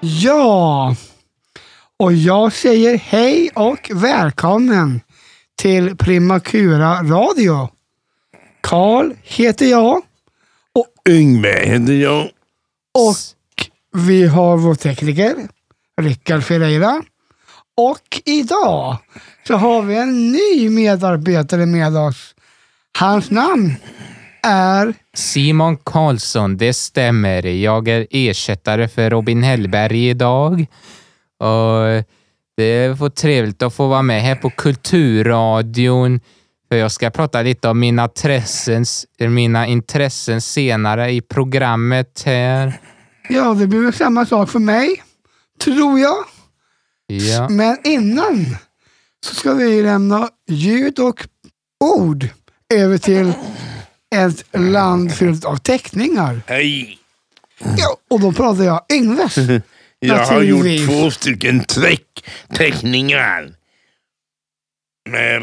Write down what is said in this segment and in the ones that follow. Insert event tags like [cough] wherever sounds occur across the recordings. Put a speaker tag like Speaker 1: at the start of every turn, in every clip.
Speaker 1: Ja, och jag säger hej och välkommen till Primakura Radio. Karl heter jag
Speaker 2: Yngve heter jag.
Speaker 1: och vi har vår tekniker Rickard Ferreira. Och idag så har vi en ny medarbetare med oss. Hans namn är
Speaker 3: Simon Karlsson, det stämmer. Jag är ersättare för Robin Hellberg idag. Och det var trevligt att få vara med här på Kulturradion. För jag ska prata lite om mina, tressens, mina intressen senare i programmet här.
Speaker 1: Ja, det blir väl samma sak för mig, tror jag.
Speaker 3: Ja.
Speaker 1: Men innan så ska vi lämna ljud och ord över till ett land fyllt av teckningar.
Speaker 2: Hej.
Speaker 1: Ja, och då pratar jag Yngves.
Speaker 2: [laughs] Jag har
Speaker 1: Naturligtvis.
Speaker 2: gjort två stycken teck- teckningar. Med,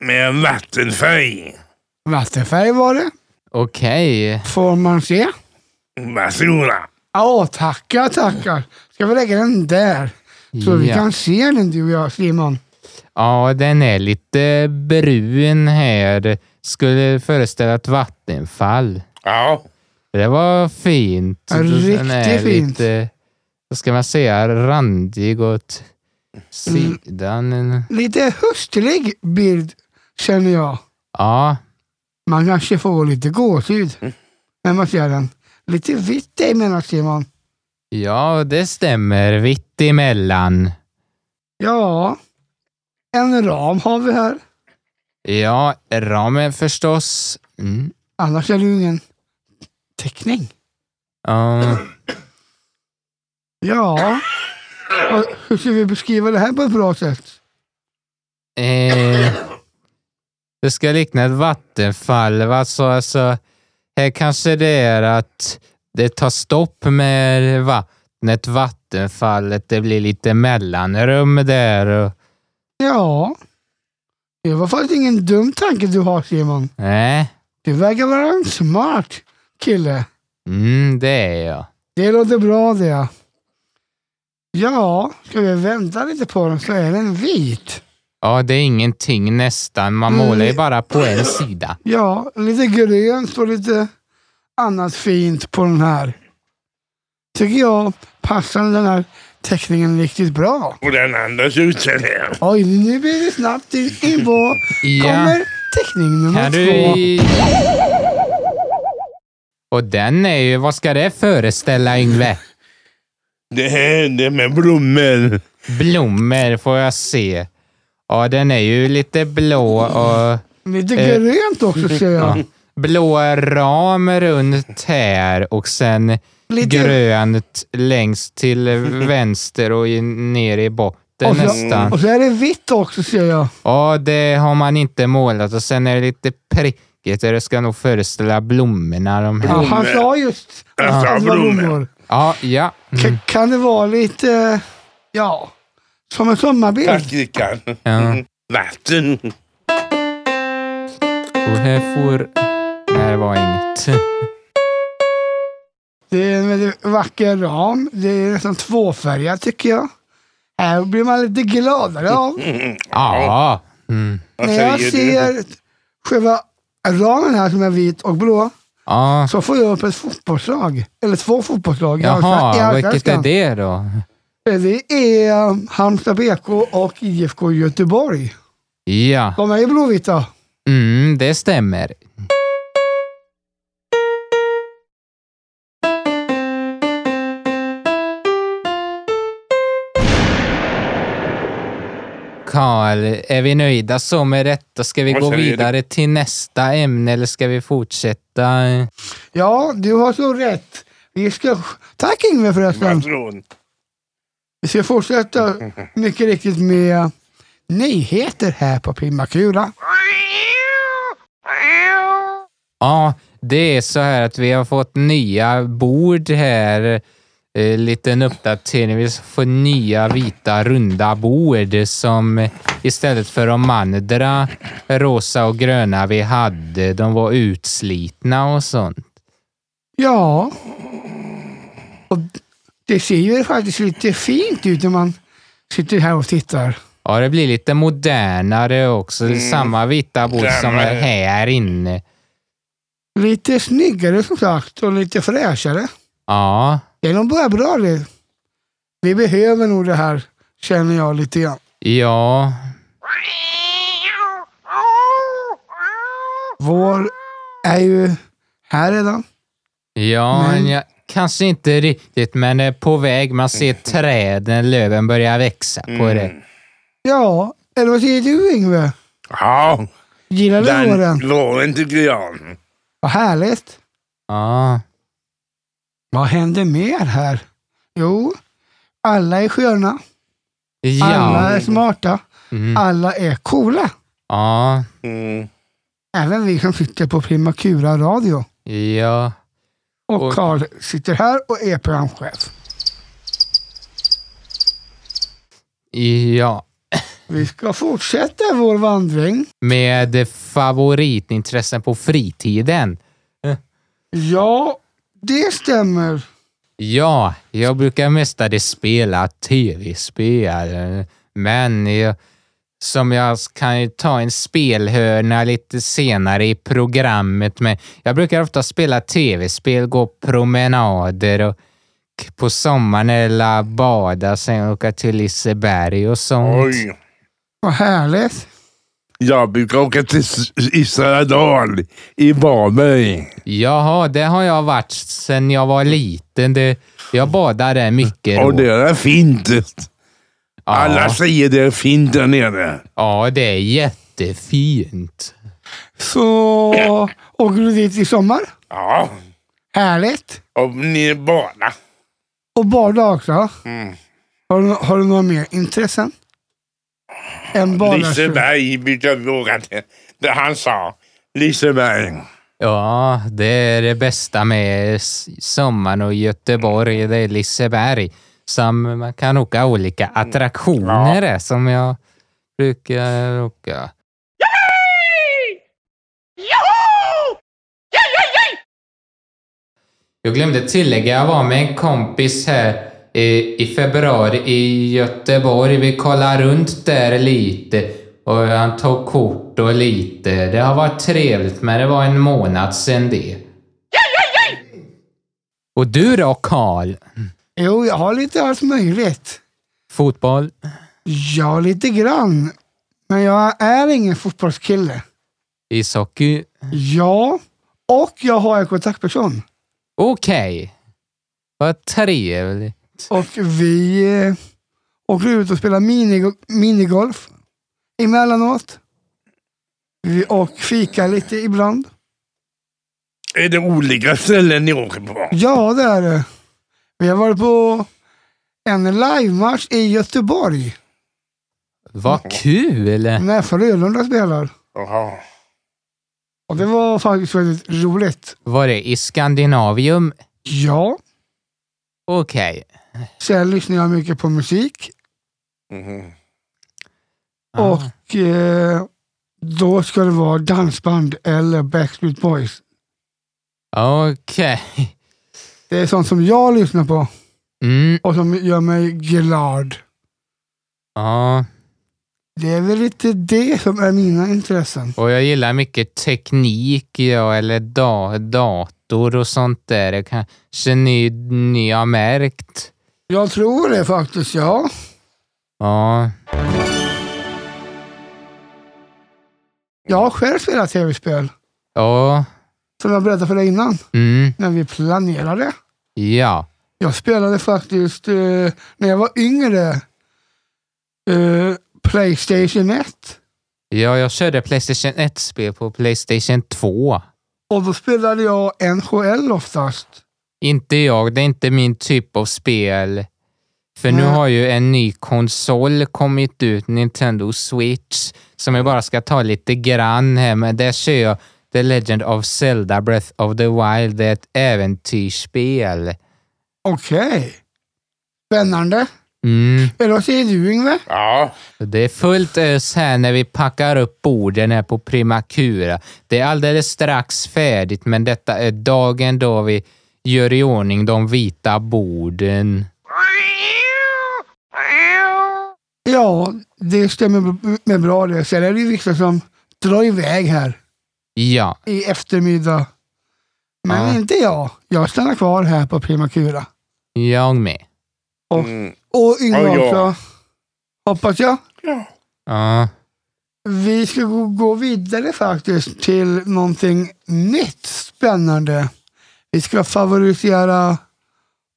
Speaker 2: med vattenfärg.
Speaker 1: Vattenfärg var det.
Speaker 3: Okej.
Speaker 1: Får man se?
Speaker 2: Varsågoda.
Speaker 1: Ja, tackar, tackar. Ska vi lägga den där? Så vi
Speaker 3: Ja.
Speaker 1: kan se den du och jag, Simon.
Speaker 3: Ja, den är lite brun här. Skulle föreställa ett vattenfall.
Speaker 2: Ja.
Speaker 3: Det var fint.
Speaker 1: Ja,
Speaker 3: Den är
Speaker 1: riktigt fint.
Speaker 3: Lite, vad ska man säga, randig åt
Speaker 1: Mm.
Speaker 3: sidan.
Speaker 1: Lite hustlig bild känner jag.
Speaker 3: Ja,
Speaker 1: Man kanske får lite gåshud
Speaker 3: Mm.
Speaker 1: när man ser den. Lite vitt dig menar Simon.
Speaker 3: ja, det stämmer. Vitt emellan.
Speaker 1: Ja, en ram har vi här.
Speaker 3: Ja, ramen förstås. Mm.
Speaker 1: Annars är det ju ingen teckning.
Speaker 3: Ja,
Speaker 1: Ja, och hur ska vi beskriva det här på ett bra sätt?
Speaker 3: eh, det ska likna ett vattenfall. va? Alltså, alltså, här kanske det är att det tar stopp med vattnet, vattenfallet. Det blir lite mellanrum där. Och,
Speaker 1: Ja, det var faktiskt ingen dum tanke du har Simon.
Speaker 3: nej.
Speaker 1: Du verkar vara en smart kille.
Speaker 3: Mm, det är jag.
Speaker 1: Det låter bra det. Ja, ska vi vänta lite på den så är den vit.
Speaker 3: Ja, det är ingenting nästan. Man
Speaker 1: Mm.
Speaker 3: målar ju bara på en sida.
Speaker 1: Ja, lite grönt och lite annat fint på den här. Tycker jag passar den här teckningen riktigt bra.
Speaker 2: Och den andas ut så här.
Speaker 1: Oj, nu blir vi snabbt in in på
Speaker 3: [laughs] Ja,
Speaker 1: kommer teckning nummer
Speaker 3: kan du...
Speaker 1: två.
Speaker 3: Och den är ju... Vad ska det föreställa, Yngve?
Speaker 2: Det här det är med blommor.
Speaker 3: Blommor får jag se. Ja, den är ju lite blå och...
Speaker 1: Lite
Speaker 3: Eh,
Speaker 1: grönt också ser jag.
Speaker 3: Blå ram runt här och sen
Speaker 1: Lite-
Speaker 3: grönt längst till vänster och i- ner i botten
Speaker 1: Och
Speaker 3: nästan.
Speaker 1: så, och så är det vitt också ser jag.
Speaker 3: Ja, det har man inte målat och sen är det lite prickigt och det ska nog föreställa blommorna. De
Speaker 1: Ja,
Speaker 3: här.
Speaker 1: han sa just
Speaker 2: Jag sa
Speaker 1: att det var
Speaker 2: blommor.
Speaker 1: blommor.
Speaker 3: Ja, ja.
Speaker 1: Kan, kan det vara lite, eh, ja, som en sommarbild?
Speaker 2: Tack Rickard.
Speaker 3: ja.
Speaker 2: Vatten.
Speaker 3: Och här får... Nej, det var inget.
Speaker 1: Det är en väldigt vacker ram. Det är nästan tvåfärgat tycker jag. Här blir man lite gladare av.
Speaker 3: Ja. Mm.
Speaker 2: Vad
Speaker 1: När jag
Speaker 2: säger du?
Speaker 1: ser själva ramen här som är vit och blå
Speaker 3: ja.
Speaker 1: så får jag upp ett fotbollslag. Eller två fotbollslag i allsven- i
Speaker 3: Jaha, vilket är
Speaker 1: allsvenskan.
Speaker 3: det då?
Speaker 1: Det är um, Halmstad BK och IFK Göteborg.
Speaker 3: Ja,
Speaker 1: De är ju blåvita.
Speaker 3: mm, det stämmer. Karl, är vi nöjda så med detta? Ska vi
Speaker 2: Vad
Speaker 3: gå
Speaker 2: säger du?
Speaker 3: vidare till nästa ämne eller ska vi fortsätta?
Speaker 1: Ja, du har så rätt. Vi ska... Tack Yngve förresten.
Speaker 2: Varsågod.
Speaker 1: Vi ska fortsätta mycket riktigt med nyheter här på Primakula.
Speaker 3: Ja, det är så här att vi har fått nya bord här. Eh, liten uppdatering. Vi får nya vita runda bord som eh, istället för de andra rosa och gröna vi hade, de var utslitna och sånt.
Speaker 1: Ja. Och Det ser ju faktiskt lite fint ut när man sitter här och tittar.
Speaker 3: Ja, det blir lite modernare också. Det är Samma vita bord som är
Speaker 2: Modernare.
Speaker 3: här inne.
Speaker 1: Lite snyggare som sagt och lite fräschare.
Speaker 3: Ja,
Speaker 1: Det är nog bara bra det. Vi behöver nog det här, känner jag lite grann.
Speaker 3: ja.
Speaker 1: Vår är ju här redan.
Speaker 3: Ja,
Speaker 1: Men-
Speaker 3: ja, kanske inte riktigt, men det är på väg. Man ser
Speaker 1: Mm.
Speaker 3: träden, löven börjar växa på det.
Speaker 1: Ja, eller vad säger du Yngve?
Speaker 2: Ja,
Speaker 1: Gillar du
Speaker 2: den
Speaker 1: våren?
Speaker 2: låren tycker jag.
Speaker 1: Vad härligt.
Speaker 3: Ja,
Speaker 1: Vad händer mer här? Jo, alla är sköna. Alla
Speaker 3: ja.
Speaker 1: är smarta.
Speaker 3: Mm.
Speaker 1: Alla är coola.
Speaker 3: ja.
Speaker 2: Mm.
Speaker 1: Även vi som sitter på Primakura Radio.
Speaker 3: ja.
Speaker 1: Och
Speaker 3: Och-
Speaker 1: Karl sitter här och är programchef.
Speaker 3: Ja,
Speaker 1: Vi ska fortsätta vår vandring.
Speaker 3: med favoritintressen på fritiden.
Speaker 1: Ja, det stämmer.
Speaker 3: Ja, jag brukar mestadels spela tv-spel, men jag, som jag kan ju ta en spelhörna lite senare i programmet, men jag brukar ofta spela tv-spel, gå promenader och k- på sommaren eller bada, sen åka till Liseberg och sånt.
Speaker 2: Oj.
Speaker 1: Vad härligt.
Speaker 2: Jag brukar åka till S- Israel i Varberg.
Speaker 3: Jaha, det har jag varit sen jag var liten. Det, jag badar där mycket.
Speaker 2: Och
Speaker 3: då.
Speaker 2: det är fint.
Speaker 3: ja,
Speaker 2: Alla säger det är fint där nere.
Speaker 3: ja, det är jättefint.
Speaker 1: Så åker du dit i sommar?
Speaker 2: Ja,
Speaker 1: Härligt.
Speaker 2: och ni bara.
Speaker 1: Och bada också.
Speaker 2: Mm.
Speaker 1: Har du, har du några mer intressen? Än bara...
Speaker 2: Liseberg brukar vi åka till. Det han sa. Liseberg.
Speaker 3: Ja, det är det bästa med s- sommaren och Göteborg, det är Liseberg. Som man kan åka olika attraktioner där, som jag brukar åka. Jag glömde tillägga, jag var med en kompis här i, i februari i Göteborg. Vi kollade runt där lite och han tog kort och lite. Det har varit trevligt, men det var en månad sedan det. Och du då, Karl?
Speaker 1: Jo, jag har lite allt möjligt.
Speaker 3: Fotboll?
Speaker 1: Ja, lite grann. Men jag är ingen fotbollskille.
Speaker 3: Ishockey?
Speaker 1: Ja, och jag har en kontaktperson.
Speaker 3: Okej. Vad trevligt.
Speaker 1: Och vi eh, åker ut och spelar minigo- minigolf emellanåt. Vi, och fika lite ibland.
Speaker 2: Är det olika ställen ni åker på?
Speaker 1: Ja, det är det. Vi har varit på en livematch i Göteborg
Speaker 3: Vad kul!
Speaker 1: när Frölunda spelar.
Speaker 2: Jaha.
Speaker 1: Och det var faktiskt väldigt roligt.
Speaker 3: Var det i Skandinavium?
Speaker 1: Ja,
Speaker 3: Okej.
Speaker 1: sen lyssnar jag mycket på musik.
Speaker 2: Mhm.
Speaker 3: Ah.
Speaker 1: Och eh, då ska det vara dansband eller Backstreet Boys.
Speaker 3: Okej.
Speaker 1: Det är sånt som jag lyssnar på
Speaker 3: Mm,
Speaker 1: och som gör mig glad.
Speaker 3: ja.
Speaker 1: Det är väl lite det som är mina intressen.
Speaker 3: Och jag gillar mycket teknik, ja, eller da- dator och sånt där. Det kanske ni, ni har märkt.
Speaker 1: Jag tror det faktiskt, ja.
Speaker 3: Ja.
Speaker 1: Jag har själv spelat tv-spel,
Speaker 3: Ja.
Speaker 1: som jag berättade för dig innan,
Speaker 3: Mm,
Speaker 1: när vi planerade.
Speaker 3: ja.
Speaker 1: Jag spelade faktiskt, eh, när jag var yngre, eh, Playstation 1.
Speaker 3: Ja, jag körde Playstation 1-spel på Playstation 2.
Speaker 1: Och då spelade jag NHL oftast.
Speaker 3: Inte jag, det är inte min typ av spel. För nu
Speaker 1: Nej.
Speaker 3: har ju en ny konsol kommit ut, Nintendo Switch, som jag bara ska ta lite grann här, men där kör jag The Legend of Zelda Breath of the Wild. Det är ett äventyrsspel.
Speaker 1: Okej. Spännande.
Speaker 3: Mm.
Speaker 1: Eller vad säger du Yngve?
Speaker 2: Ja.
Speaker 3: Det är fullt ös här när vi packar upp borden här på Primakura. Det är alldeles strax färdigt, men detta är dagen då vi gör i ordning de vita borden.
Speaker 1: Ja, det stämmer med bra det. Sen är det ju vissa som drar iväg här
Speaker 3: Ja,
Speaker 1: i eftermiddag. Men
Speaker 3: Ja.
Speaker 1: inte jag. Jag stannar kvar här på Primakura.
Speaker 3: jag med.
Speaker 1: Och,
Speaker 2: Mm.
Speaker 1: och Yngve
Speaker 2: Ja, ja.
Speaker 1: också. Hoppas jag.
Speaker 3: Ja,
Speaker 1: Vi ska gå- gå vidare faktiskt till någonting nytt spännande. Vi ska favorisera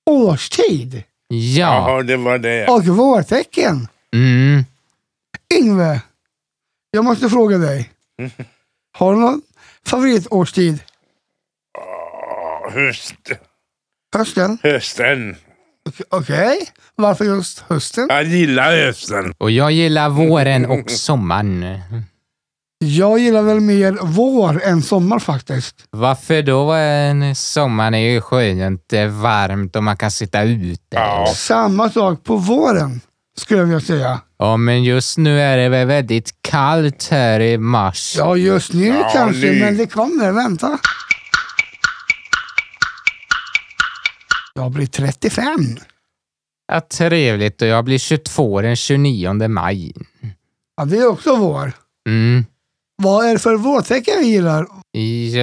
Speaker 1: årstid
Speaker 3: ja.
Speaker 2: Jaha, det var det.
Speaker 1: och vårtecken.
Speaker 3: Mm.
Speaker 1: Yngve, jag måste fråga
Speaker 2: [laughs]
Speaker 1: dig. Har du någon favoritårstid?
Speaker 2: Höst,
Speaker 1: Hösten?
Speaker 2: hösten.
Speaker 1: Okej. Varför just hösten?
Speaker 2: Jag gillar hösten.
Speaker 3: Och jag gillar
Speaker 2: [laughs]
Speaker 3: våren och sommaren.
Speaker 1: Jag gillar väl mer vår än sommar faktiskt.
Speaker 3: Varför då? Eh, Sommaren är ju skönt, det är varmt och man kan sitta ute.
Speaker 2: Ja.
Speaker 1: Samma sak på våren, skulle jag vilja säga.
Speaker 3: Ja, men just nu är det väl väldigt kallt här i mars.
Speaker 1: Ja, just nu
Speaker 2: Ja,
Speaker 1: kanske,
Speaker 2: nu.
Speaker 1: men det kommer. Vänta. Jag blir 35.
Speaker 3: Ja, trevligt och jag blir 22 den 29 maj.
Speaker 1: Ja, det är också vår.
Speaker 3: Mm.
Speaker 1: Vad är det för vårtecken vi gillar?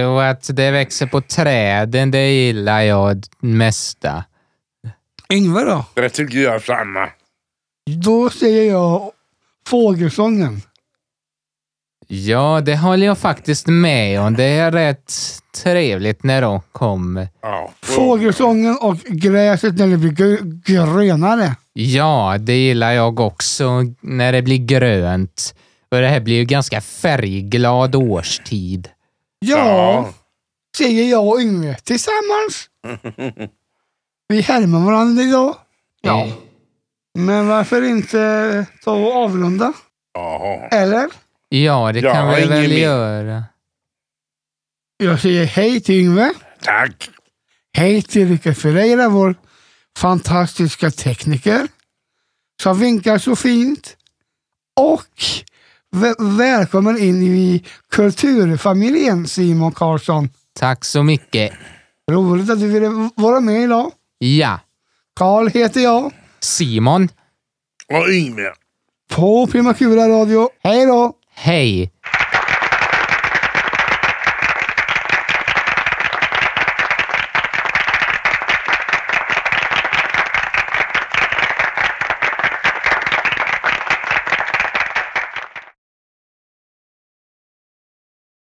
Speaker 3: Jo, att det växer på träden, det gillar jag mesta.
Speaker 1: Yngve då?
Speaker 2: Det tycker jag samma.
Speaker 1: Då säger jag fågelsången.
Speaker 3: Ja, det håller jag faktiskt med om. Det är rätt trevligt när de kommer.
Speaker 2: Ja.
Speaker 1: Fågelsången och gräset när det blir gr- grönare.
Speaker 3: Ja, det gillar jag också när det blir grönt. Och det här blir ju ganska färgglad årstid.
Speaker 1: Ja, säger jag och Yngve tillsammans. Vi härmar varandra idag. Ja.
Speaker 3: Eh,
Speaker 1: Men varför inte ta och avrunda?
Speaker 2: Ja.
Speaker 1: Eller?
Speaker 3: Ja, det
Speaker 2: Jag
Speaker 3: kan
Speaker 2: har
Speaker 3: vi
Speaker 2: ingen
Speaker 3: väl
Speaker 2: min-
Speaker 3: göra.
Speaker 1: Jag säger hej till Yngve.
Speaker 2: Tack.
Speaker 1: Hej till Rickard Ferreira, vår fantastiska tekniker. Som vinkar så fint. Och vä- välkommen in i kulturfamiljen Simon Karlsson.
Speaker 3: Tack så mycket.
Speaker 1: Roligt att du ville v- vara med idag.
Speaker 3: Ja,
Speaker 1: Karl heter jag.
Speaker 3: Simon.
Speaker 2: Och Yngve.
Speaker 1: På Primakura Radio. Hej då!
Speaker 3: Hej.